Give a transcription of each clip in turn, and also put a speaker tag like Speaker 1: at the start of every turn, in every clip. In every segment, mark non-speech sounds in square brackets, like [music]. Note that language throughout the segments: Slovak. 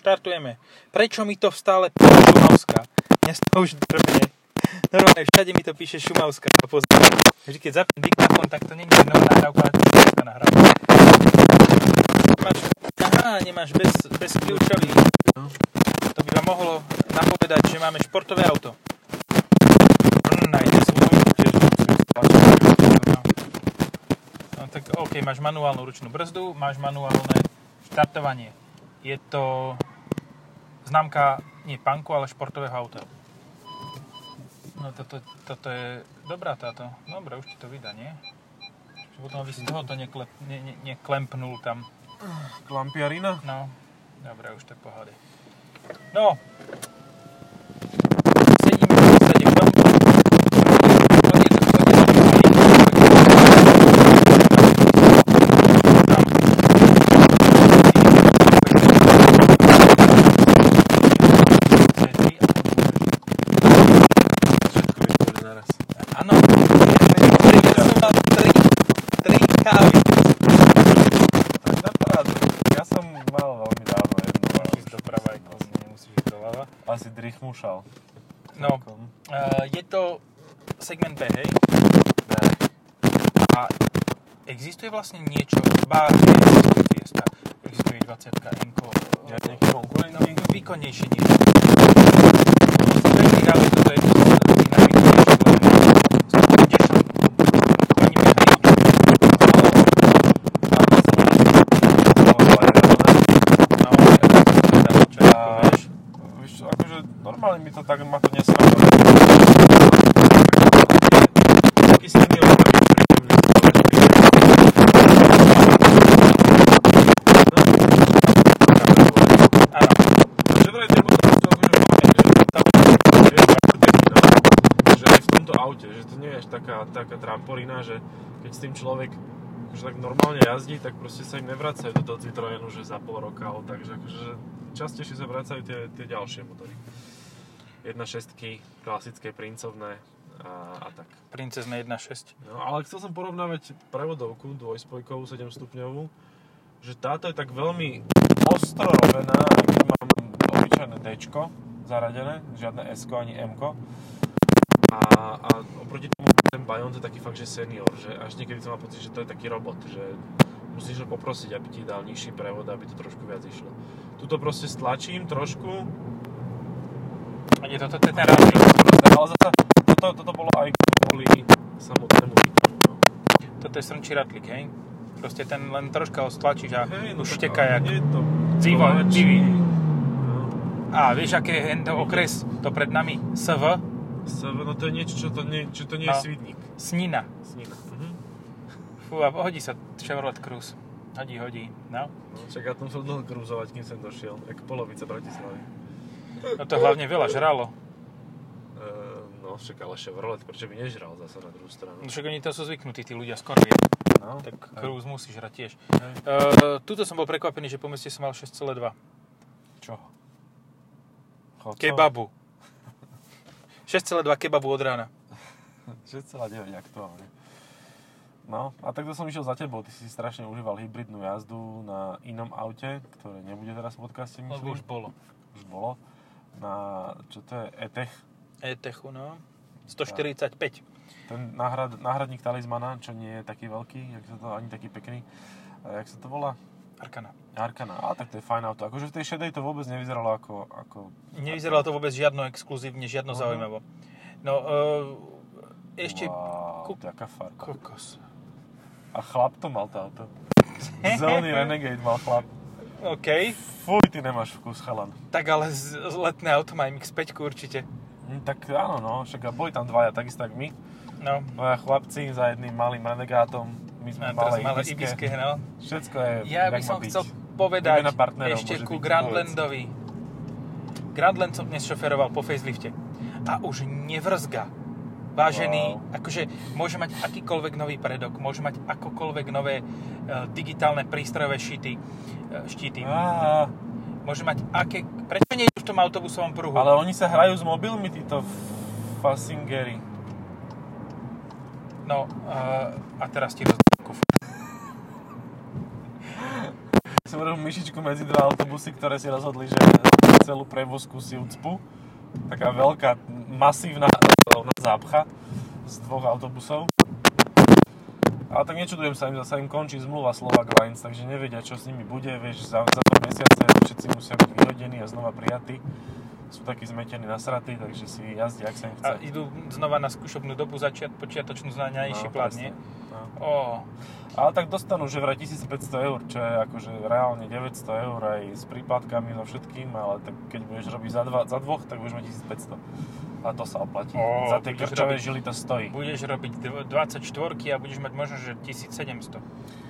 Speaker 1: štartujeme. Prečo mi to stále píše Šumavská? Mňa z toho už drbne. Normálne všade mi to píše Šumavská. To poznám. Takže keď zapnem diktafón, tak to nie je nová nahrávka, ale to je stará nahrávka. Máš, aha, nemáš bez, bez kľúčový.
Speaker 2: No.
Speaker 1: To by vám mohlo napovedať, že máme športové auto. Mm, nájde svoj, tiež tlačí. No. No tak OK, máš manuálnu ručnú brzdu, máš manuálne štartovanie. Je to známka, nie panku, ale športového auta. No toto, toto je dobrá táto. Dobre, už ti to vydá, nie? Že Potom by si tohoto neklep, ne, ne, neklempnul tam.
Speaker 2: Klampiarina?
Speaker 1: No, dobre, už to je v pohode. No, sedíme v podstate v tom,
Speaker 2: Všetko je dobre naraz.
Speaker 1: Áno, prinesoval tri, tri kávy.
Speaker 3: Na parádu. Ja som mal veľmi dávno jednu, ale
Speaker 1: Musíš doprava aj kozy, nemusíš ísť doľava.
Speaker 3: asi drichmušal.
Speaker 1: No, eh, je to segment B, hej? A existuje vlastne niečo, bár fiesta, existuje 20 enko,
Speaker 2: Ja nejaký konkurent?
Speaker 1: no, výkonnejšie niečo. Veľmi rád, že toto je dynamické, lebo ideš ani menej. No, no, no, čo
Speaker 3: A,
Speaker 1: ako vieš.
Speaker 3: Víš čo, akože normálne mi to tak, ma to nesralo.
Speaker 2: Taký si mi opraviť, preto mne stále príde.
Speaker 1: Áno.
Speaker 2: Že vraj ten motor to akože máme, že tam vieš, ako technika, že aj v tomto aute, že to nie je až taká, taká trampolina, že keď s tým človek akože tak normálne jazdí, tak proste sa im nevracajú do toho Citroenu, že za pol roka, ale takže akože častejšie sa vracajú tie, tie ďalšie motory. 1.6, klasické princovné a, a tak.
Speaker 1: Princezna 1.6.
Speaker 2: No, ale chcel som porovnávať prevodovku dvojspojkovú 7 stupňovú, že táto je tak veľmi
Speaker 3: ostro robená, aj keď mám obyčajné Dčko zaradené, žiadne S ani M.
Speaker 2: a, a oproti tomu ten Bayon to je taký fakt, že senior, že až niekedy som mal pocit, že to je taký robot, že musíš ho poprosiť, aby ti dal nižší prevod, aby to trošku viac išlo. Tuto proste stlačím trošku,
Speaker 1: A je toto ten rádius.
Speaker 3: Ale zase toto, toto bolo aj
Speaker 2: kvôli samotnému výkonu. No.
Speaker 1: Toto je srnčí ratlík, hej? Proste ten len troška ho stlačíš a
Speaker 2: Hej, no
Speaker 1: už
Speaker 2: tak
Speaker 1: šteká
Speaker 2: ale
Speaker 1: jak...
Speaker 2: nie je to
Speaker 1: Dzivo,
Speaker 2: koláči.
Speaker 1: divý.
Speaker 2: No.
Speaker 1: A vieš, aké je hento okres? To pred nami SV?
Speaker 2: Sa- No to je niečo, čo to nie, čo to nie je
Speaker 1: No.
Speaker 2: svidník.
Speaker 1: Snina.
Speaker 2: Snina. Mhm.
Speaker 1: Fú, a hodí sa Chevrolet Cruze. Hodí, hodí. No.
Speaker 2: No, čak ja tam som dlho krúzovať, kým sem došiel. Jak polovica Bratislavy.
Speaker 1: no to hlavne veľa žralo.
Speaker 2: Ehm, no, však ale Chevrolet, prečo by nežral zase na druhú stranu?
Speaker 1: No však oni to sú zvyknutí, tí ľudia skoro vie.
Speaker 3: no,
Speaker 1: Tak Cruze musí žrať tiež.
Speaker 3: Hej.
Speaker 1: Uh, tuto som bol prekvapený, že po meste som mal 6,2.
Speaker 3: čo? Chodcov?
Speaker 1: Kebabu. [laughs] 6,2 kebabu od rána.
Speaker 3: 6,9 aktuálne. No, a takto som išiel za tebou, ty si strašne užíval hybridnú jazdu na inom aute, ktoré nebude teraz v podcaste,
Speaker 1: Lebo
Speaker 3: myslím,
Speaker 1: už bolo.
Speaker 3: už bolo, na, čo to je, ETECH,
Speaker 1: E-techu, no. 145.
Speaker 3: ten náhrad, náhradník talizmana, čo nie je taký veľký, jak sa to, ani taký pekný, a jak sa to volá?
Speaker 1: Arkana.
Speaker 3: Arkana, a tak to je fajn auto. Akože v tej šedej to vôbec nevyzeralo ako... ako
Speaker 1: Nevyzeralo to vôbec žiadno exkluzívne, žiadno
Speaker 3: Mhm.
Speaker 1: zaujímavo. No, e, ešte...
Speaker 3: Wow,
Speaker 1: ku-
Speaker 3: ku... taká farba.
Speaker 1: Kokos.
Speaker 3: A chlap to mal to
Speaker 1: [laughs]
Speaker 3: auto. Zelený Renegade mal chlap.
Speaker 1: OK,
Speaker 3: Fuj, ty nemáš vkus, chalan.
Speaker 1: tak ale z, z letné auto má MX-5 určite.
Speaker 3: Hm, tak áno, no, však a boli tam dvaja, takisto ako my.
Speaker 1: No,
Speaker 3: Dvaja chlapci za jedným malým Renegátom. My sme
Speaker 1: a teraz
Speaker 3: malé,
Speaker 1: malé ibiské,
Speaker 3: ibiské.
Speaker 1: no.
Speaker 3: Všetko je,
Speaker 1: Ja by
Speaker 3: jak má
Speaker 1: som
Speaker 3: byť.
Speaker 1: chcel povedať
Speaker 3: Výmena partnerov
Speaker 1: ešte
Speaker 3: môže
Speaker 1: ku
Speaker 3: byť
Speaker 1: Grandlandovi. Grandland som dnes šoferoval po facelifte. A už nevrzga. Vážený,
Speaker 3: Wow.
Speaker 1: akože môže mať akýkoľvek nový predok, môže mať akokoľvek nové e, digitálne prístrojové šity, e, štíty.
Speaker 3: Á,
Speaker 1: Môže mať aké... Prečo nie je v tom autobusovom pruhu?
Speaker 3: ale oni sa hrajú s mobilmi, títo fasingery.
Speaker 1: No, uh, a teraz ti rozdám kufr.
Speaker 3: Som si urobil myšičku medzi dva autobusy, ktoré si rozhodli, že celú prevozku si ucpu. Taká veľká, masívna ona zápcha z dvoch autobusov. Ale tak nečudujem sa im, zase im končí zmluva Slovak Lines, takže nevedia, čo s nimi bude, vieš, za, za dva mesiace všetci musia byť vyhodení a znova prijatí. Sú takí zmetení nasratí, takže si jazdia, ak sa im chce.
Speaker 1: A idú znova na skúšobnú dobu, začiat, počiatočnú na najnižší
Speaker 3: No,
Speaker 1: plat, nie?
Speaker 3: presne. No.
Speaker 1: Ó,
Speaker 3: Ale tak dostanú že vraj 1500 eur, čo je akože reálne 900 eur aj s prípadkami so všetkým, ale tak keď budeš robiť za, dva, za dvoch, tak budeš mať 1500. A to sa oplatí.
Speaker 1: Ó,
Speaker 3: za tie
Speaker 1: budeš
Speaker 3: krčové
Speaker 1: robiť-
Speaker 3: žily to stojí.
Speaker 1: budeš robiť dv- 24 a budeš mať možno, že 1700.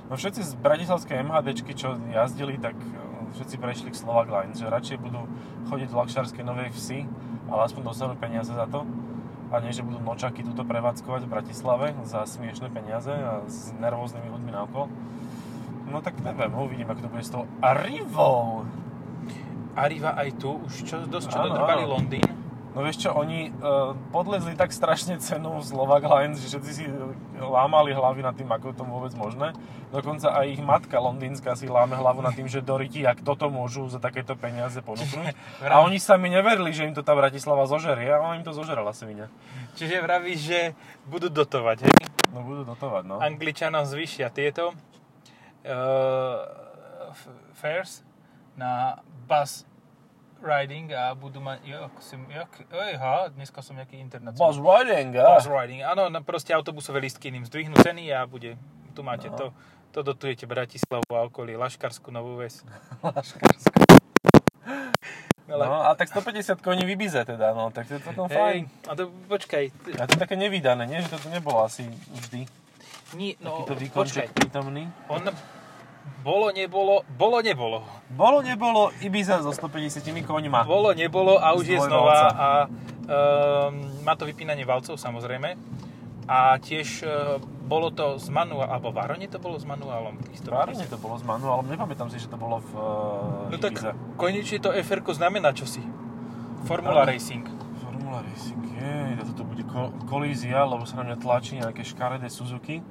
Speaker 3: No všetci z bratislavskej MHDčky, čo jazdili, tak eh, všetci prešli k Slovak Lines, že radšej budú chodiť do Lakšárskej Novej Vsi, ale aspoň dostanú peniaze za to. A nie, že budú nočaky túto prevádzkovať v Bratislave za smiešne peniaze a s nervóznymi ľuďmi naokolo. No tak neviem, uvidím, ako to bude s tou Arrivou.
Speaker 1: Arriva aj tu, už čo, dosť čo
Speaker 3: Áno,
Speaker 1: dodrbali
Speaker 3: áno.
Speaker 1: Londýn.
Speaker 3: No vieš čo, oni uh, podlezli tak strašne cenu Slovak Lines, že všetci si e, lámali hlavy nad tým, ako je to vôbec možné. Dokonca aj ich matka londýnska si láme hlavu nad tým, že Doriti, ak toto môžu za takéto peniaze ponúknuť.
Speaker 1: [laughs]
Speaker 3: A oni sami neverili, že im to tá Bratislava zožerie a ona im to zožerala svinia.
Speaker 1: Čiže vravíš, že budú dotovať, hej?
Speaker 3: No budú dotovať, no.
Speaker 1: Angličanom zvýšia tieto uh, fares na bus riding a budú mať... Jo, ako som, jak, ojha, dneska som nejaký
Speaker 3: Bus
Speaker 1: internacionál.
Speaker 3: riding,
Speaker 1: Bus
Speaker 3: a?
Speaker 1: riding, áno, no proste autobusové listky im zdvihnú ceny a bude, tu máte to.
Speaker 3: No.
Speaker 1: To dotujete Bratislavu a okolie, Laškarskú novú ves.
Speaker 3: No, a tak 150 koní vybize teda, no, tak to je celkom
Speaker 1: hej,
Speaker 3: fajn.
Speaker 1: a to, počkaj, t-
Speaker 3: A to je také nevydané, nie? Že toto nebolo asi vždy.
Speaker 1: ni, no,
Speaker 3: Takýto
Speaker 1: počkaj,
Speaker 3: výkonček prítomný.
Speaker 1: on bolo, nebolo, bolo, nebolo.
Speaker 3: Bolo, nebolo Ibiza so 150 koňma.
Speaker 1: Bolo, nebolo a už je
Speaker 3: Zdvoj
Speaker 1: znova
Speaker 3: valca.
Speaker 1: a um, má to vypínanie valcov samozrejme. A tiež uh, bolo to s manuálom, alebo v Arone to bolo s manuálom. Isto
Speaker 3: Várne to bolo s manuálom, nepamätám si, že to bolo v uh,
Speaker 1: No tak
Speaker 3: Ibize.
Speaker 1: konečne to fr znamená čosi. Formula
Speaker 3: Áno.
Speaker 1: Racing.
Speaker 3: Formula Racing, jej, toto bude ko- kolízia, lebo sa na mňa tlačí nejaké škaredé Suzuki.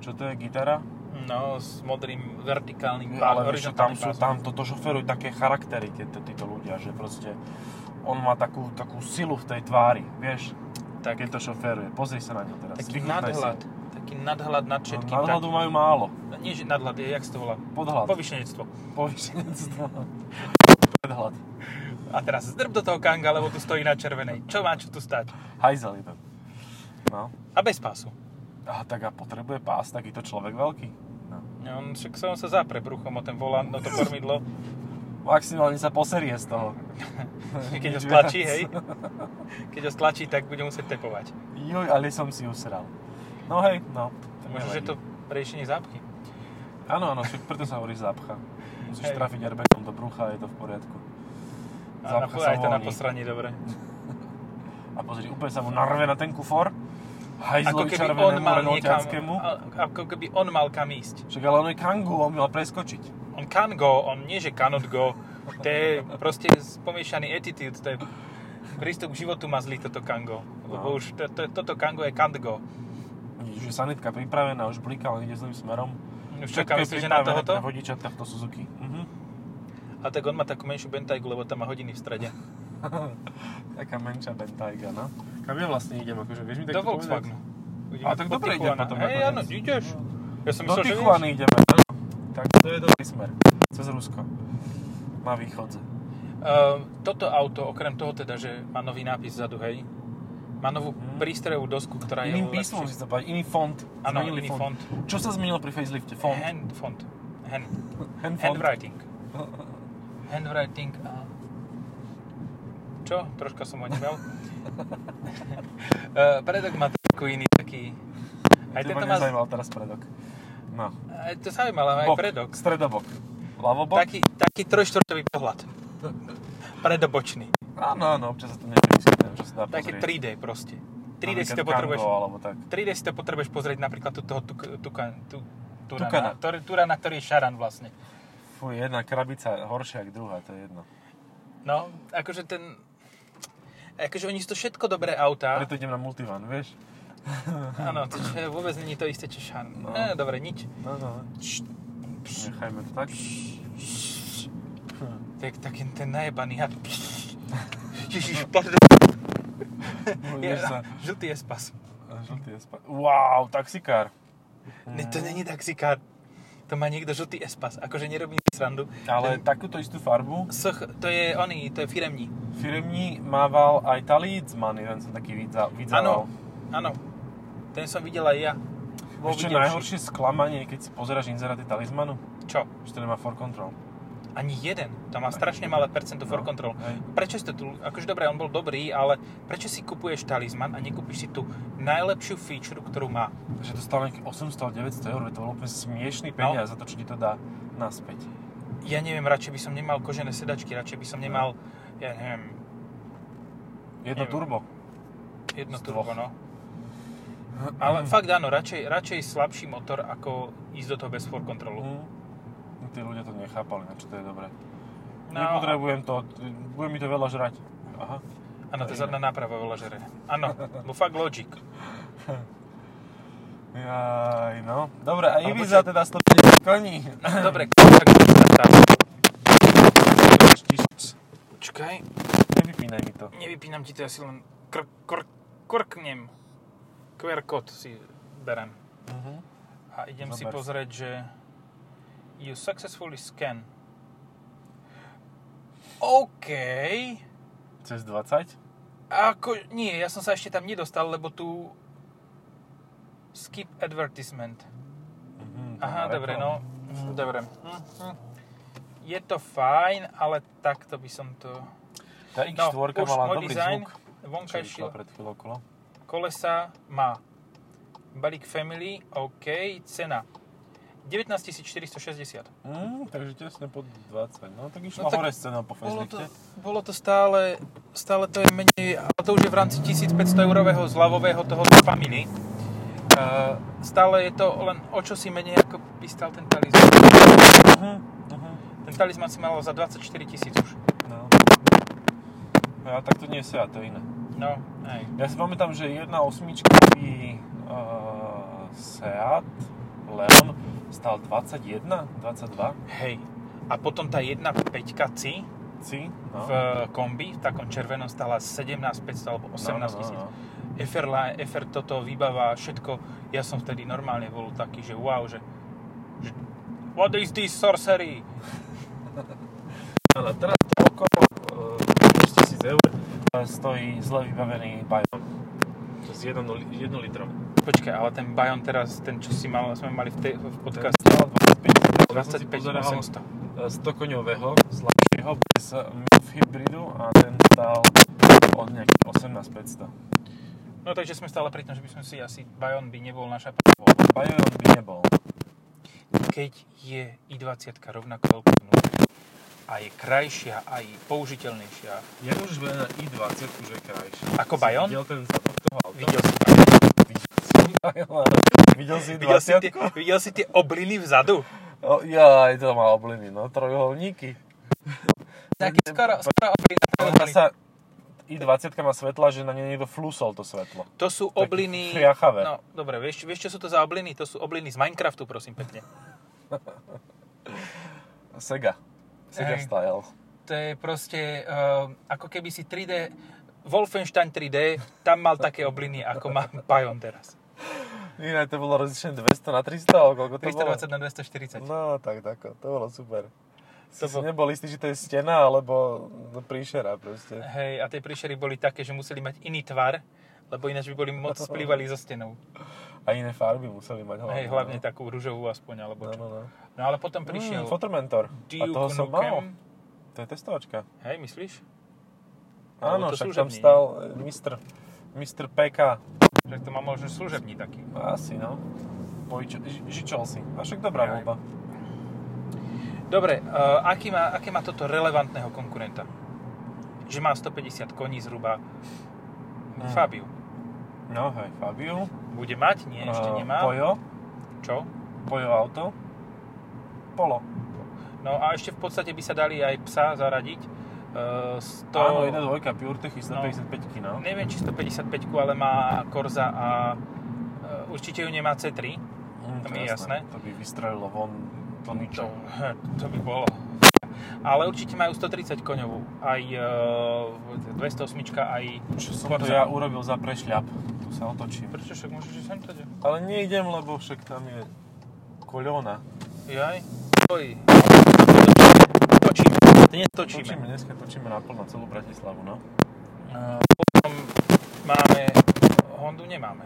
Speaker 3: Čo to je, gitara?
Speaker 1: No, s modrým vertikálnym pás-
Speaker 3: Ale vieš, čo, tam, sú,
Speaker 1: horizontálnym
Speaker 3: tam toto šoferujú také charaktery tieto, títo ľudia, že proste on má takú, takú silu v tej tvári, vieš,
Speaker 1: pásom. tak,
Speaker 3: keď to šoferuje. Pozri sa na ňo teraz.
Speaker 1: taký
Speaker 3: vychutnaj si.
Speaker 1: nadhľad. Taký nadhľad nad
Speaker 3: No,
Speaker 1: všetkým.
Speaker 3: Nadhľadu majú málo.
Speaker 1: Tak, nie, že nadhľad, je, jak sa to volá?
Speaker 3: Podhľad.
Speaker 1: Povyšenectvo.
Speaker 3: Povyšenectvo. [laughs] Podhľad.
Speaker 1: A teraz zdrb do toho kanga, lebo tu stojí na červenej. Čo má čo tu stať?
Speaker 3: Hajzel je to. No.
Speaker 1: A bez pásu.
Speaker 3: A tak a potrebuje pás takýto človek veľký. No.
Speaker 1: No, On však sa on sa zapre bruchom o ten volant, no to
Speaker 3: [laughs]
Speaker 1: kormidlo,
Speaker 3: Maximálne sa poserie z toho.
Speaker 1: keď ho
Speaker 3: Nič
Speaker 1: stlačí,
Speaker 3: viac.
Speaker 1: hej. Keď ho stlačí, tak bude musieť tepovať.
Speaker 3: Joj, ale som si usral. No hej, no.
Speaker 1: Možno, že to riešenie zápchy.
Speaker 3: Áno, áno, však preto sa hovorí zápcha. Musíš
Speaker 1: Hej.
Speaker 3: trafiť airbagom do brucha, je to v poriadku.
Speaker 1: A na,
Speaker 3: Zápcha
Speaker 1: po-
Speaker 3: sa
Speaker 1: aj to na
Speaker 3: voľní.
Speaker 1: posranie, dobre.
Speaker 3: A pozri, úplne sa mu narve na ten kufor.
Speaker 1: Ako
Speaker 3: Hajzlovi
Speaker 1: keby on
Speaker 3: červenému
Speaker 1: mal niekam,
Speaker 3: renoťackému.
Speaker 1: a- ako keby on mal kam ísť.
Speaker 3: Však ale on je kangu, on mal preskočiť.
Speaker 1: On can go, on nie, že cannot go. To je proste pomiešaný attitude, to je prístup k životu má zlý toto kango. Lebo
Speaker 3: No.
Speaker 1: už to, to, toto kango je can't go.
Speaker 3: Vidíš, že sanitka pripravená, už bliká, len ide zlým smerom.
Speaker 1: Už čaká,
Speaker 3: Všetko je
Speaker 1: myslíš, že na
Speaker 3: pripravené
Speaker 1: tohoto?
Speaker 3: Pre vodiča tohto Suzuki. Mhm.
Speaker 1: A tak on má takú menšiu bentaygu, lebo tam má hodiny v strede.
Speaker 3: Taká menšia bentayga, no. Kam ja vlastne idem, akože, vieš mi tak
Speaker 1: do Volkswagenu. Uvidíme
Speaker 3: A tak
Speaker 1: po
Speaker 3: dobre idem
Speaker 1: Tichuana.
Speaker 3: potom
Speaker 1: Hej,
Speaker 3: nakoniec.
Speaker 1: áno, ideš. Ja som
Speaker 3: Do
Speaker 1: myslel, že
Speaker 3: Tichuany
Speaker 1: vieš.
Speaker 3: ideme. no. Tak to je dobrý smer. Cez Rusko. Na východ.
Speaker 1: Ehm, toto auto, okrem toho teda, že má nový nápis vzadu, hej, má novú prístrojovú dosku, ktorá je...
Speaker 3: Mhm. Iným
Speaker 1: lepšia.
Speaker 3: písmom si to povedať, iný font.
Speaker 1: Áno,
Speaker 3: Zmenili
Speaker 1: iný fond.
Speaker 3: Čo sa zmenilo pri facelifte? Font.
Speaker 1: Hand font. Hand.
Speaker 3: Hand font. [laughs]
Speaker 1: Handwriting. Handwriting a... Čo? Troška som onemel.
Speaker 3: [laughs]
Speaker 1: Ehm, Predok má trošku iný taký... Aj
Speaker 3: Teba
Speaker 1: tento má...
Speaker 3: nezaujímal teraz predok. No.
Speaker 1: Aj to zaujímal, ale aj
Speaker 3: Bok.
Speaker 1: predok.
Speaker 3: Stredobok. Lavobok?
Speaker 1: Taký, taký trojštvrtový pohľad. Predobočný.
Speaker 3: Áno, áno, občas sa to nevymyslím, čo sa dá
Speaker 1: Také
Speaker 3: pozrieť.
Speaker 1: 3D proste. 3D si
Speaker 3: Napríklad
Speaker 1: to potrebuješ,
Speaker 3: Kango, alebo tak.
Speaker 1: 3D si to potrebuješ pozrieť napríklad tu toho tuk, tuka, tu, Turana,
Speaker 3: Tukana.
Speaker 1: ktorý, Turana, ktorý je šaran vlastne.
Speaker 3: Fú, jedna krabica horšia ako druhá, to je jedno.
Speaker 1: No, akože ten... Akože oni sú to všetko dobré autá.
Speaker 3: Preto idem na multivan, vieš?
Speaker 1: Áno, to čo je- vôbec není to isté, čo šaran. No.
Speaker 3: No.
Speaker 1: E, dobre, nič.
Speaker 3: No, no,
Speaker 1: Č-
Speaker 3: nechajme to tak.
Speaker 1: Tak, taký ten najebaný had. Ježiš, pardon. Je,
Speaker 3: Budeš sa...
Speaker 1: žlutý je spas.
Speaker 3: No, Žltý espa... Wow, taxikár.
Speaker 1: Ne, to není taxikár. To má niekto žlutý espas. Akože nerobí srandu.
Speaker 3: Ale takúto istú farbu
Speaker 1: Soch, to je oný, to je firemní.
Speaker 3: firemní mával aj tá Leedsman, jeden som taký vidza-
Speaker 1: Áno,
Speaker 3: vydzával.
Speaker 1: áno. Ten som videl aj ja. Vo
Speaker 3: Ešte
Speaker 1: videvši.
Speaker 3: najhoršie sklamanie, keď si pozeráš inzeráty talizmanu,
Speaker 1: Čo?
Speaker 3: že to nemá for control.
Speaker 1: Ani jeden. To má strašne malé percento for
Speaker 3: No,
Speaker 1: control.
Speaker 3: hej.
Speaker 1: Prečo si to tu, akože dobre, on bol dobrý, ale prečo si kupuješ talizman a nekúpiš si tú najlepšiu feature, ktorú má?
Speaker 3: Že to stalo nejakých 800-900 eur, veď to bol úplne
Speaker 1: No.
Speaker 3: smiešný peniaz za to, čo ti to dá naspäť.
Speaker 1: Ja neviem, radšej by som nemal kožené sedačky, radšej by som nemal, ja neviem,
Speaker 3: Jedno
Speaker 1: Neviem.
Speaker 3: turbo.
Speaker 1: jedno
Speaker 3: Z
Speaker 1: turbo,
Speaker 3: dvoch.
Speaker 1: no. Ale
Speaker 3: Mhm.
Speaker 1: fakt áno, radšej, radšej slabší motor, ako ísť do toho bez for controlu.
Speaker 3: Mm. Tí ľudia to nechápali, na čo to je dobré.
Speaker 1: No,
Speaker 3: Nepotrebujem to, bude mi to veľa žrať. Aha.
Speaker 1: áno, to je zadná náprava veľa žere. Áno, bo fakt logic.
Speaker 3: Jaj, no. Dobre, a
Speaker 1: Ale
Speaker 3: Ibiza teda 150 koní.
Speaker 1: Dobre, tak tak. Čakaj,
Speaker 3: Nevypínaj mi to.
Speaker 1: nevypínam ti to, ja si len kr- kr- krknem. QR kód si berem.
Speaker 3: Mhm.
Speaker 1: A idem si
Speaker 3: Zober.
Speaker 1: pozrieť, že you successfully scan. OK.
Speaker 3: Cez 20?
Speaker 1: Ako, nie, ja som sa ešte tam nedostal, lebo tu skip advertisement.
Speaker 3: Mhm, to
Speaker 1: Aha,
Speaker 3: má
Speaker 1: dobre,
Speaker 3: reklamu.
Speaker 1: no. Hm, Dobre. Hm, hm. Je to fajn, ale takto by som to... No,
Speaker 3: Tá X4
Speaker 1: už
Speaker 3: mala
Speaker 1: môj
Speaker 3: dobrý
Speaker 1: dizajn,
Speaker 3: zvuk, čo
Speaker 1: Vonkajší
Speaker 3: išla pred chvíľou okolo.
Speaker 1: kolesa má balík Family, OK, cena 19 460.
Speaker 3: Mm, takže tesne pod 20. No tak išla
Speaker 1: No tak
Speaker 3: hore scéna po
Speaker 1: Bolo to,
Speaker 3: Fezlikte.
Speaker 1: bolo to stále, stále to je menej, ale to už je v rámci 1500 eurového zľavového toho Family. Uh, stále je to len o čo si menej, ako by stal ten talizman.
Speaker 3: Mhm, mhm.
Speaker 1: Ten talizman si mal za 24 tisíc už.
Speaker 3: No. Ja No, tak to nie sa, to je iné.
Speaker 1: No, aj.
Speaker 3: Ja si pamätám, že jedna osmičkový uh, Seat Leon stal 21, 22
Speaker 1: Hej. A potom tá 1.5 C
Speaker 3: ci, no.
Speaker 1: v kombi, v takom červenom stala 17 500 alebo 18 tisíc.
Speaker 3: No, no, no, no.
Speaker 1: FR, Line- FR toto výbava, všetko. Ja som vtedy normálne bol taký, že wow, že, že what is this sorcery?
Speaker 2: Ale teraz to okolo
Speaker 3: e,
Speaker 2: eh, 6000 eur
Speaker 3: Eh, Stojí zle vybavený Bajon.
Speaker 2: s 1 litrom.
Speaker 1: Počkaj, ale ten Bayon teraz, ten čo si mal, sme mali v, tej, v
Speaker 3: Ten
Speaker 1: podcaste,
Speaker 3: stal 25
Speaker 1: 25
Speaker 2: pozeral.
Speaker 1: 800.
Speaker 2: Eh, 100 koňového,
Speaker 3: slabšieho bez MIF hybridu a ten stal od nejakých 18 500.
Speaker 1: No takže sme stále pri tom, že by sme si asi, Bayon by nebol naša p-
Speaker 3: Bajon by nebol.
Speaker 1: keď je i20 rovnako veľký vnútri a je krajšia a je použiteľnejšia.
Speaker 2: Jak môžeš vedieť na i20, že je krajšie?
Speaker 1: Ako Bayon?
Speaker 2: Videl ten zadok toho auta?
Speaker 1: Videl si,
Speaker 3: Videl si
Speaker 1: videl si,
Speaker 3: 20
Speaker 1: tie, videl si tie obliny vzadu?
Speaker 3: O, jaj, to má obliny, no, trojuholníky.
Speaker 1: Taký skoro, skoro obliny.
Speaker 3: Ona sa, i20 má svetla, že na ne niekto flusol to svetlo.
Speaker 1: To sú obliny...
Speaker 3: friachavé.
Speaker 1: No, dobre, vieš, vieš, čo sú to za obliny? To sú obliny z Minecraftu, prosím pekne.
Speaker 3: Sega. Sega
Speaker 1: Hej.
Speaker 3: style.
Speaker 1: To je proste, uh, ako keby si 3D... Wolfenstein 3D, tam mal také obliny, ako má Bayon teraz.
Speaker 3: Iné to bolo rozlišené 200 na 300, alebo koľko to
Speaker 1: 320
Speaker 3: bolo?
Speaker 1: na 240.
Speaker 3: No, tak, tak, to bolo super.
Speaker 1: To
Speaker 3: To si
Speaker 1: bol-
Speaker 3: nebol istý, že to je stena, alebo no, príšera proste.
Speaker 1: Hej, a tie príšery boli také, že museli mať iný tvar, lebo ináč by boli moc splývali so stenou.
Speaker 3: A iné farby museli mať hlavne.
Speaker 1: Hej, hlavne takú rúžovú aspoň, alebo
Speaker 3: No,
Speaker 1: čo.
Speaker 3: no, no.
Speaker 1: No ale potom
Speaker 3: Mm,
Speaker 1: prišiel
Speaker 3: Fotomentor. A
Speaker 1: Duke
Speaker 3: toho som mal.
Speaker 1: Nukem.
Speaker 3: To je testovačka.
Speaker 1: Hej, myslíš?
Speaker 3: Áno,
Speaker 1: to
Speaker 3: však
Speaker 1: služebný,
Speaker 3: tam
Speaker 1: nie?
Speaker 3: stal e, mistr, mistr PK.
Speaker 1: Že to má možno služební taký.
Speaker 3: Asi, no. Pojč- ži- žičal si. A však dobrá
Speaker 1: Jaj.
Speaker 3: voľba.
Speaker 1: Dobre, uh, aký, má, aké má toto relevantného konkurenta? Že má 150 koní zhruba Hm.
Speaker 3: Mm.
Speaker 1: Fabiu.
Speaker 3: No, hej, Fabiu.
Speaker 1: Bude mať? Nie, ešte
Speaker 3: Eh,
Speaker 1: nemá.
Speaker 3: Pojo.
Speaker 1: Čo?
Speaker 3: Pojo auto. Polo.
Speaker 1: No a ešte v podstate by sa dali aj psa zaradiť. Uh, 100...
Speaker 3: To... Áno, 1.2, PureTech i 155 no.
Speaker 1: Neviem, či 155, ale má Korza a uh, určite ju nemá C3.
Speaker 3: Mm,
Speaker 1: to
Speaker 3: to
Speaker 1: mi je jasné.
Speaker 3: To by vystrelilo von to ničo.
Speaker 1: [laughs] To, to by bolo ale určite majú 130 koňovú. Aj e, 208, aj...
Speaker 3: Čo som to
Speaker 1: Forza.
Speaker 3: ja urobil za prešľap. Tu sa otočím.
Speaker 1: Prečo však môžeš ísť sem tady?
Speaker 3: Ale nejdem, lebo však tam je koľona.
Speaker 1: Jaj. Oj. Točíme. Dnes točíme.
Speaker 3: Točíme, dneska točíme naplno celú Bratislavu, no.
Speaker 1: Eh, Potom máme... Hondu nemáme.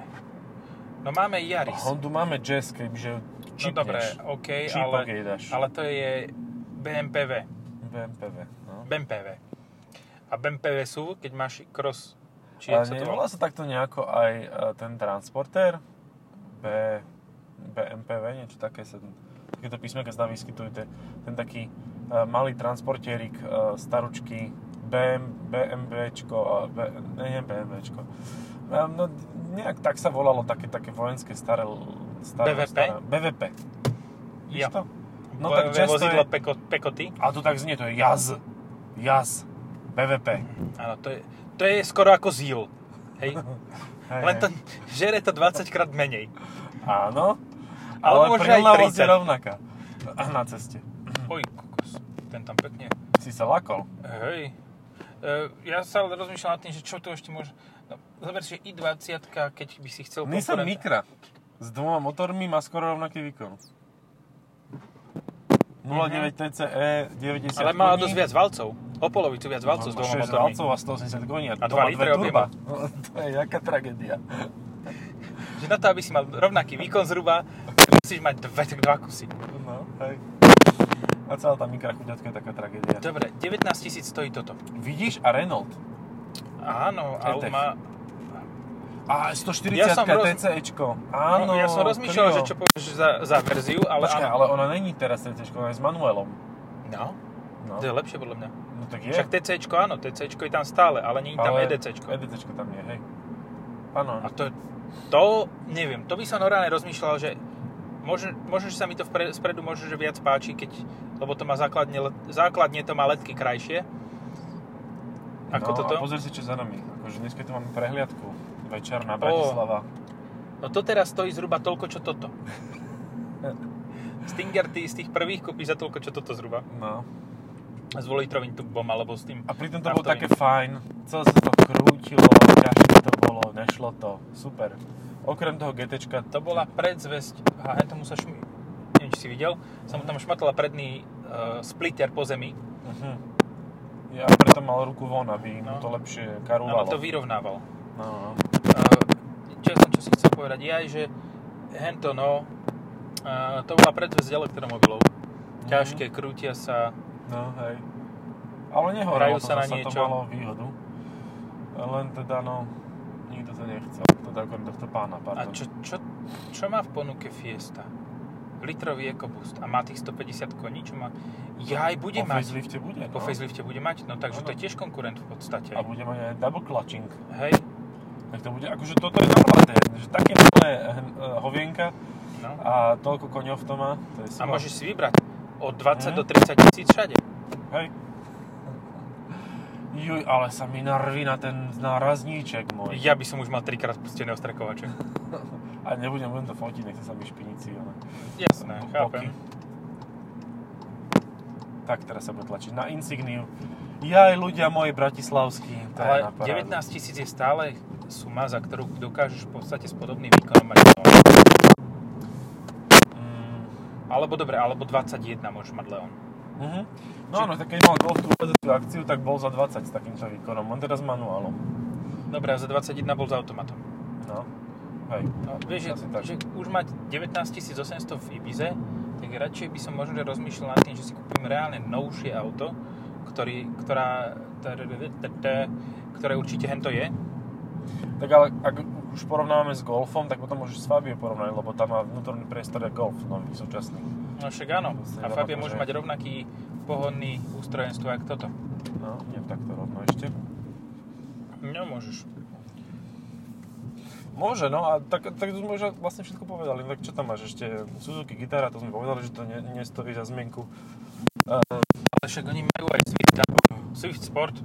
Speaker 1: No máme Yaris.
Speaker 3: Hondu máme jazz, kebyže
Speaker 1: no
Speaker 3: čipneš.
Speaker 1: dobre, OK, ale,
Speaker 3: Čipok jej dáš.
Speaker 1: ale to je BMPV.
Speaker 3: BMPV, no.
Speaker 1: BMPV. A BMPV sú, keď máš cross... Či jak sa
Speaker 3: Ale vlastne
Speaker 1: to volá?
Speaker 3: nevolá sa takto nejako aj e, ten transportér? B, BMPV, niečo také sa... Takéto písmenka sa tam vyskytujú. Ten, ten taký e, malý transportérik e, staručky BM, BMWčko, a B, ne, nie BMWčko. E, no, nejak tak sa volalo také, také vojenské staré... l- staré
Speaker 1: BVP?
Speaker 3: Staré, BVP.
Speaker 1: Ja.
Speaker 3: Víš to? No
Speaker 1: No
Speaker 3: tak
Speaker 1: tak
Speaker 3: často
Speaker 1: vozidlo
Speaker 3: je-
Speaker 1: peko, pekoty.
Speaker 3: A to tak znie, to je jaz. Jaz. BVP.
Speaker 1: Áno, to je, to je skoro ako zíl.
Speaker 3: [laughs]
Speaker 1: Hej.
Speaker 3: Hej,
Speaker 1: Len to,
Speaker 3: hej.
Speaker 1: žere to 20 krát menej.
Speaker 3: Áno.
Speaker 1: Ale môže aj
Speaker 3: príľavosť je
Speaker 1: 30.
Speaker 3: rovnaká. Ah, Na ceste.
Speaker 1: Oj, kokos. Ten tam pekne.
Speaker 3: Si sa lakol.
Speaker 1: Hej. E, ja sa ale rozmýšľam nad tým, že čo tu ešte môže... No, zober si, že i20, keď by si chcel... konkurenta-
Speaker 3: Nissan Micra s dvoma motormi má skoro rovnaký výkon. 09 TCE 90
Speaker 1: Mhm. Ale mala dosť viac valcov. O polovicu viac valcov s dvoma motormi.
Speaker 3: No, valcov a 180 koní.
Speaker 1: A
Speaker 3: to
Speaker 1: dva
Speaker 3: má
Speaker 1: litre
Speaker 3: dve
Speaker 1: objema.
Speaker 3: turba. [laughs] to je jaká tragédia.
Speaker 1: Že na to, aby si mal rovnaký výkon zhruba, musíš mať dve, tak dva kusy.
Speaker 3: No, hej. A celá tá Micra chuďatka je taká tragédia.
Speaker 1: Dobre, 19 tisíc stojí toto.
Speaker 3: Vidíš? A Renault.
Speaker 1: Áno, a
Speaker 3: Etech.
Speaker 1: má...
Speaker 3: A 140
Speaker 1: Ja som roz- No,
Speaker 3: TCEčko. Áno,
Speaker 1: ja som rozmýšľal,
Speaker 3: Clio.
Speaker 1: že čo povieš za, za verziu, ale...
Speaker 3: Počkaj,
Speaker 1: áno.
Speaker 3: ale ona není teraz TCčko, ona je s manuelom.
Speaker 1: No,
Speaker 3: No,
Speaker 1: to je lepšie podľa mňa.
Speaker 3: no tak je.
Speaker 1: Však TCčko, áno, TCčko je tam stále, ale nie je tam E
Speaker 3: Ale
Speaker 1: EDCčko.
Speaker 3: EDCčko tam je, hej. Áno,
Speaker 1: A to, to neviem, to by som normálne rozmýšľal, že možno, možno že sa mi to vpre, spredu možno, že viac páči, keď, lebo to má základne, let- základne to má letky krajšie. Ako
Speaker 3: no,
Speaker 1: toto?
Speaker 3: A pozri si, čo za nami. Akože dneska tu máme prehliadku. Večer na Bratislava.
Speaker 1: No to teraz stojí zhruba toľko, čo toto. Stinger ty z tých prvých kúpiš za toľko, čo toto zhruba.
Speaker 3: No.
Speaker 1: S dvojlitrovým turbom alebo s tým.
Speaker 3: A pritom to bolo
Speaker 1: Naftový.
Speaker 3: také fajn. Celé sa to krútilo, ťažké to bolo, nešlo to. Super. Okrem toho GTčka,
Speaker 1: To bola predzvesť, aha, tomu sa šmi... Neviem, či si videl, som mu tam šmatala predný uh, splitter po zemi,
Speaker 3: uh-huh. ja preto mal ruku von, aby
Speaker 1: No.
Speaker 3: mu to lepšie
Speaker 1: ale
Speaker 3: karúvalo.
Speaker 1: to vyrovnával.
Speaker 3: no, no.
Speaker 1: Eh, čo som čo si chcel povedať, je aj, že hento no, eh, to bola predzvesť elektromobilov.
Speaker 3: Mhm.
Speaker 1: Ťažké, krútia sa,
Speaker 3: No, hej. Ale
Speaker 1: Hrajú
Speaker 3: nehoralo to,
Speaker 1: sa na
Speaker 3: zasa to
Speaker 1: niečo.
Speaker 3: malo výhodu. Len teda, no, nikto to nechcel. Teda okrem tohto pána,
Speaker 1: A
Speaker 3: pardon.
Speaker 1: čo, čo, čo má v ponuke Fiesta? Litrový EcoBoost a má tých 150 koní, čo má... Ja aj bude
Speaker 3: po
Speaker 1: mať.
Speaker 3: facelifte bude,
Speaker 1: Po
Speaker 3: no.
Speaker 1: facelifte bude mať, no takže
Speaker 3: Áno.
Speaker 1: to je tiež konkurent v podstate.
Speaker 3: A bude mať aj double clutching.
Speaker 1: Hej,
Speaker 3: Tak to bude, akože toto je normálne, že také malé hn- eh, hovienka
Speaker 1: no.
Speaker 3: a toľko koňov to má, to je
Speaker 1: A
Speaker 3: sila.
Speaker 1: môžeš si vybrať od 20
Speaker 3: Mhm.
Speaker 1: do 30 tisíc všade.
Speaker 3: Hej. Juj, ale sa mi narví na ten nárazníček môj.
Speaker 1: Ja by som už mal trikrát pusteného
Speaker 3: [laughs]
Speaker 1: strekovača.
Speaker 3: A nebudem, budem to fotiť, nechce sa mi špinici, ale...
Speaker 1: Jasné,
Speaker 3: boky.
Speaker 1: chápem.
Speaker 3: Tak, teraz sa bude tlačiť na Insigniu. Jaj, ľudia moji bratislavskí. to je na
Speaker 1: Ale
Speaker 3: parádu.
Speaker 1: 19 tisíc je stále suma, za ktorú dokážeš v podstate s podobným výkonom mať Leon.
Speaker 3: Mm,
Speaker 1: Alebo dobre, alebo 21 môžeš mať Leon.
Speaker 3: mhm. No
Speaker 1: Či-
Speaker 3: áno, tak keď mal Golf tú tú akciu, tak bol za 20 s takýmto výkonom. On teraz s manuálom.
Speaker 1: Dobre, a za 21 bol s automatom.
Speaker 3: No. Hej.
Speaker 1: No, vieš, že,
Speaker 3: Asi tak.
Speaker 1: že už mať 19 800 v Ibize, tak radšej by som možno že rozmýšľal nad tým, že si kúpim reálne novšie auto, ktorý, ktorá, ktoré určite hento je.
Speaker 3: Tak ale ak už porovnávame s Golfom, tak potom môžeš s Fabio porovnať, lebo tam má vnútorný priestor je Golf, nový, súčasný.
Speaker 1: No však áno. A
Speaker 3: Zrovna
Speaker 1: Fabia
Speaker 3: to,
Speaker 1: môže
Speaker 3: že-
Speaker 1: mať rovnaký pohonný ústrojenstvo, ako toto.
Speaker 3: No, idem takto rovno ešte.
Speaker 1: No môžeš.
Speaker 3: Môže, no a tak, tak to sme už vlastne všetko povedali. Tak čo tam máš ešte? Suzuki gitara, to sme povedali, že to ne, nestojí za zmienku. Eh,
Speaker 1: Ale však oni majú aj Swift, Swift Sport.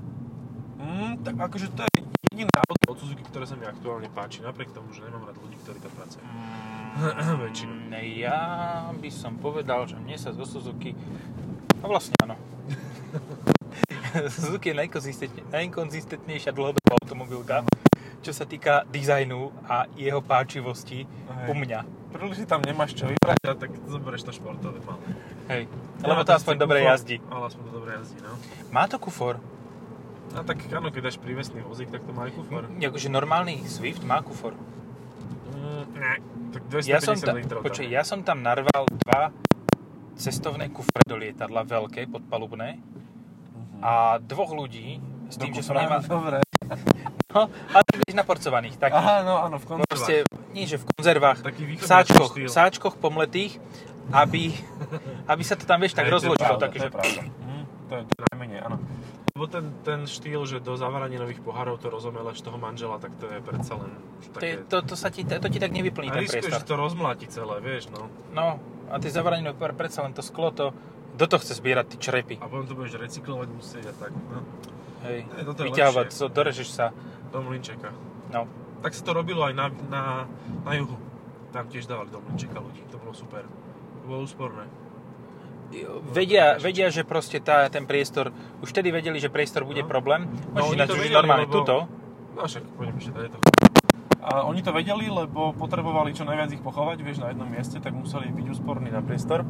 Speaker 3: Mm, tak akože to je jediné auto od Suzuki, ktoré sa mi aktuálne páči, napriek tomu, že nemám rád ľudí, ktorí tam pracujú. Väčšinou. [clears throat]
Speaker 1: Ne, Ja by som povedal, že mne sa zo Suzuki... No vlastne áno. [laughs] Suzuki je najkonzistentne- najkonzistentnejšia dlhodobá automobilka, čo sa týka dizajnu a jeho páčivosti u mňa.
Speaker 4: Príliš si tam nemáš čo vybrať.
Speaker 3: Ja, tak zoberieš to športové malé.
Speaker 1: Hej. Lebo to
Speaker 3: Ja,
Speaker 1: aspoň
Speaker 3: proste
Speaker 1: dobre
Speaker 3: kufor,
Speaker 1: jazdí.
Speaker 3: Ale aspoň to dobre jazdí, no.
Speaker 1: Má to kufor.
Speaker 3: A tak áno, keď dáš prívesný vozík, tak to má aj kufor.
Speaker 1: Akože normálny Swift má kufor.
Speaker 3: Mm, ne. Tak 250
Speaker 1: Ja som, ta,
Speaker 3: litrov.
Speaker 1: počkej, ja som tam narval dva cestovné kufre do lietadla, veľké, podpalubné.
Speaker 3: Mhm.
Speaker 1: A dvoch ľudí, s tým, že som nemal...
Speaker 4: Dobre.
Speaker 1: No, ale byli naporcovaných, tak
Speaker 4: Aha, no áno, v konci.
Speaker 1: proste, nie že v konzervách,
Speaker 3: Taký
Speaker 1: v
Speaker 3: východný
Speaker 1: sáčkoch, v
Speaker 3: štýl.
Speaker 1: sáčkoch pomletých,
Speaker 3: [laughs]
Speaker 1: aby, aby sa to tam, vieš, tak
Speaker 3: Hej, to je
Speaker 1: rozložilo.
Speaker 3: pravda,
Speaker 1: Takže,
Speaker 3: Mm,
Speaker 4: Hm, to je to je najmenej, áno.
Speaker 3: Lebo ten, ten štýl, že do zavárania nových pohárov to rozomeleš toho manžela, tak to je predsa len už
Speaker 1: to, je,
Speaker 3: také...
Speaker 1: to, to, sa ti, to, ti tak nevyplní
Speaker 3: a
Speaker 1: ten
Speaker 3: riskuješ,
Speaker 1: priestor.
Speaker 3: že to rozmláti celé, vieš, no.
Speaker 1: No, a ty zavranino, predsa len to sklo, to, do toho chce zbierať ty črepy,
Speaker 3: A potom to budeš recyklovať musieť a tak, no.
Speaker 1: hej,
Speaker 3: Ne, toto no je
Speaker 1: vyťahovať,
Speaker 3: lepšie.
Speaker 1: so, dorežeš sa,
Speaker 3: Do mlinčeka.
Speaker 1: no.
Speaker 3: Tak sa to robilo aj na, na, na juhu. Tam tiež dávali do mlinčeka ľudí, to bolo super. To bolo úsporné.
Speaker 1: Vedia, vedia že proste tá, ten priestor, už vtedy vedeli, že priestor bude
Speaker 3: No.
Speaker 1: problém,
Speaker 3: No,
Speaker 1: môžeš
Speaker 3: oni
Speaker 1: dať
Speaker 3: to
Speaker 1: už
Speaker 3: vedeli,
Speaker 1: normálne
Speaker 3: lebo-
Speaker 1: tuto,
Speaker 3: No však, poďme ešte tady to.
Speaker 4: A oni to vedeli, lebo potrebovali čo najviac ich pochovať, vieš, na jednom mieste, tak museli byť úsporní na priestor.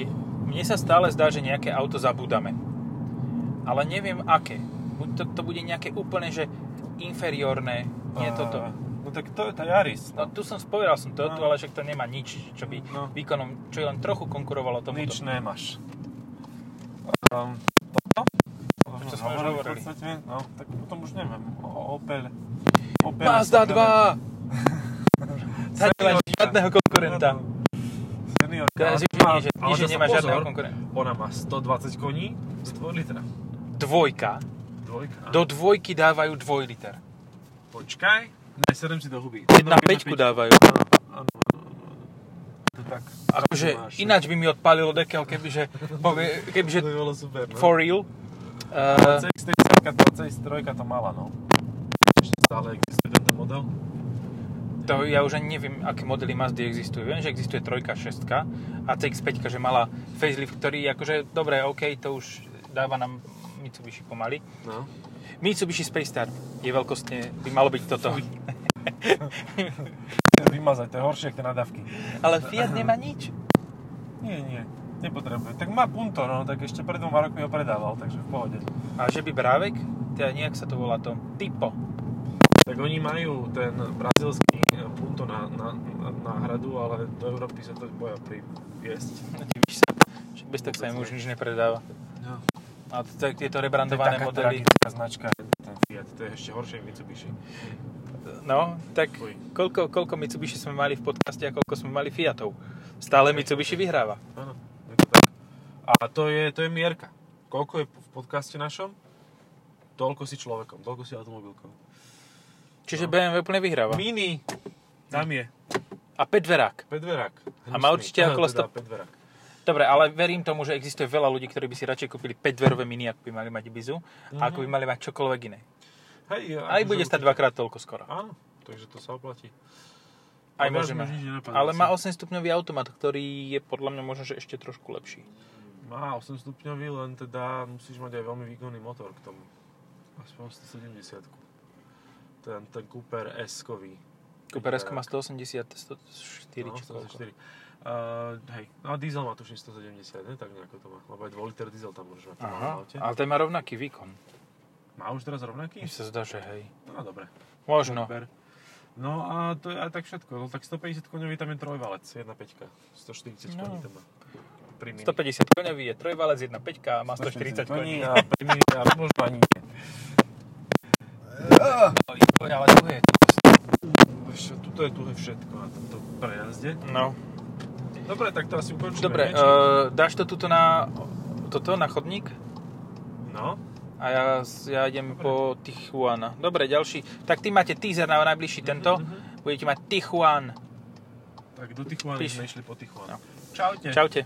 Speaker 1: Je- Mne sa stále zdá, že nejaké auto zabúdame. Ale neviem aké. Buď to, to bude nejaké úplne, že inferiorné, nie
Speaker 4: A-
Speaker 1: toto.
Speaker 4: No tak to je tá Yaris.
Speaker 1: No tu som spovedal som to, tu,
Speaker 4: No.
Speaker 1: ale však to nemá nič, čo by
Speaker 4: No.
Speaker 1: výkonom, čo je len trochu konkurovalo tomuto.
Speaker 4: Nič nemáš. Um, toto?
Speaker 1: Čo sme už
Speaker 4: V
Speaker 1: hovorili.
Speaker 4: podstate, no, tak potom už neviem. O, Opel. Opel
Speaker 1: Mazda
Speaker 4: Senior-
Speaker 1: 2! [laughs] Tady len
Speaker 4: Seniorka.
Speaker 1: žiadneho konkurenta.
Speaker 4: Seniorka.
Speaker 1: Teraz je,
Speaker 4: Má-
Speaker 1: nie, že, nie,
Speaker 3: ale
Speaker 1: že
Speaker 3: zase
Speaker 1: nemá
Speaker 3: pozor.
Speaker 1: žiadneho konkurenta.
Speaker 3: Ona má 120 koní z 2 litra.
Speaker 1: Dvojka.
Speaker 3: Dvojka.
Speaker 1: Do dvojky dávajú dvojliter.
Speaker 3: Počkaj. Ne, sedem si do huby.
Speaker 1: Jedna
Speaker 3: Normálne
Speaker 1: peťku
Speaker 3: peť-
Speaker 1: dávajú.
Speaker 3: Áno, áno, áno, áno. To tak.
Speaker 1: Akože
Speaker 3: máš.
Speaker 1: ináč by mi odpálilo dekel, kebyže, povie- kebyže
Speaker 3: To by bolo super, no.
Speaker 1: For real.
Speaker 3: eh, Hm.
Speaker 1: Uh,
Speaker 4: CX-30 to, CX-3 to mala, no.
Speaker 3: Ešte stále existuje tento model.
Speaker 1: to ja už ani neviem, aké modely Mazdy existujú. Viem, že existuje 3, 6 a CX-5, že mala facelift, ktorý je akože, dobre, OK, to už dáva nám Mitsubishi pomaly.
Speaker 3: No.
Speaker 1: Mitsubishi Space Star je veľkostne, by malo byť toto.
Speaker 3: Fuj.
Speaker 4: To je vymazať, to je horšie, ako tie nadávky.
Speaker 1: Ale Fiat nemá nič.
Speaker 4: Nie, nie, nepotrebuje. Tak má Punto, no, tak ešte pred dvoma rokmi ho predával, takže v pohode.
Speaker 1: A že by Brávek, teda nejak sa to volá to, typo.
Speaker 3: Tak oni majú ten brazilský eh, punto na, na, na, náhradu, ale do Európy sa to boja priviesť.
Speaker 1: Divíš No, sa, že bez tak sa im už nič nepredáva.
Speaker 3: No.
Speaker 1: A to, to- tieto
Speaker 4: To je
Speaker 1: rebrandované
Speaker 4: taká
Speaker 1: modely.
Speaker 4: tragická značka.
Speaker 3: Ten Fiat, to je ešte horšie Mitsubishi. Hm.
Speaker 1: No, tak
Speaker 3: Fuj.
Speaker 1: koľko, koľko Mitsubishi sme mali v podcaste a koľko sme mali Fiatov. Stále Mitsubishi vyhráva.
Speaker 3: Áno, je to tak. A to je, to je mierka. Koľko je v podcaste našom? Toľko si človekom, toľko si automobilkou.
Speaker 1: Čiže
Speaker 3: No.
Speaker 1: BMW úplne vyhráva.
Speaker 3: Mini, tam je,
Speaker 1: A Pedverák.
Speaker 3: pedverák.
Speaker 1: A má určite
Speaker 3: Aha,
Speaker 1: okolo
Speaker 3: teda
Speaker 1: 100
Speaker 3: Pedverák.
Speaker 1: Dobre, ale verím tomu, že existuje veľa ľudí, ktorí by si radšej kúpili 5-dverové mini, ako by mali mať Ibizu,
Speaker 3: Mhm.
Speaker 1: a ako by mali mať čokoľvek iné.
Speaker 3: Hej,
Speaker 1: Aj
Speaker 3: akože
Speaker 1: bude
Speaker 3: určite-
Speaker 1: stať dvakrát toľko skoro.
Speaker 3: Áno, takže to sa oplatí.
Speaker 1: Aj
Speaker 3: Teraz
Speaker 1: môžeme.
Speaker 3: ma už nič nenapadá
Speaker 1: Ale má
Speaker 3: asi.
Speaker 1: 8-stupňový automat, ktorý je podľa mňa možno, že ešte trošku lepší.
Speaker 3: Má 8 stupňový, len teda musíš mať aj veľmi výkonný motor k tomu. Aspoň 170. Ten, ten Cooper S-kový.
Speaker 1: Cooper S
Speaker 3: Pedverák.
Speaker 1: má 180, 104
Speaker 3: no,
Speaker 1: či koľko.
Speaker 3: 104. Uh, hej, no a diesel má tuším 170, ne? tak nejako to má, lebo aj 2 liter diesel tam môžeš mať v
Speaker 1: Aha,
Speaker 3: aute.
Speaker 1: ale ten má rovnaký výkon.
Speaker 3: Má už teraz rovnaký?
Speaker 1: Mi sa zdá, že hej.
Speaker 3: No dobre,
Speaker 1: Možno.
Speaker 3: super. No a to je aj tak všetko, no tak 150 koňový tam je trojvalec, 1.5, 140
Speaker 1: No.
Speaker 3: koní tam má. Pri mini.
Speaker 1: 150 koňový je trojvalec, 1.5 a má 140 koní.
Speaker 4: a pri mini a možno ani nie.
Speaker 1: Oj, ale tu je.
Speaker 3: Ešte, Tuto je tuhé všetko na tomto prejazde.
Speaker 1: No.
Speaker 3: Dobre, tak to asi ukončíme.
Speaker 1: Dobre,
Speaker 3: nie? Či-
Speaker 1: uh, dáš to tuto na, toto, na chodník?
Speaker 3: No.
Speaker 1: A ja, ja idem Dobre. po Tijuana. Dobre, ďalší. Tak ty máte teaser na najbližší tento. Budete mať Tijuan.
Speaker 3: Tak do Tichuany
Speaker 1: Píš.
Speaker 3: sme išli po Tichuane.
Speaker 1: No.
Speaker 3: Čaute.
Speaker 1: Čaute.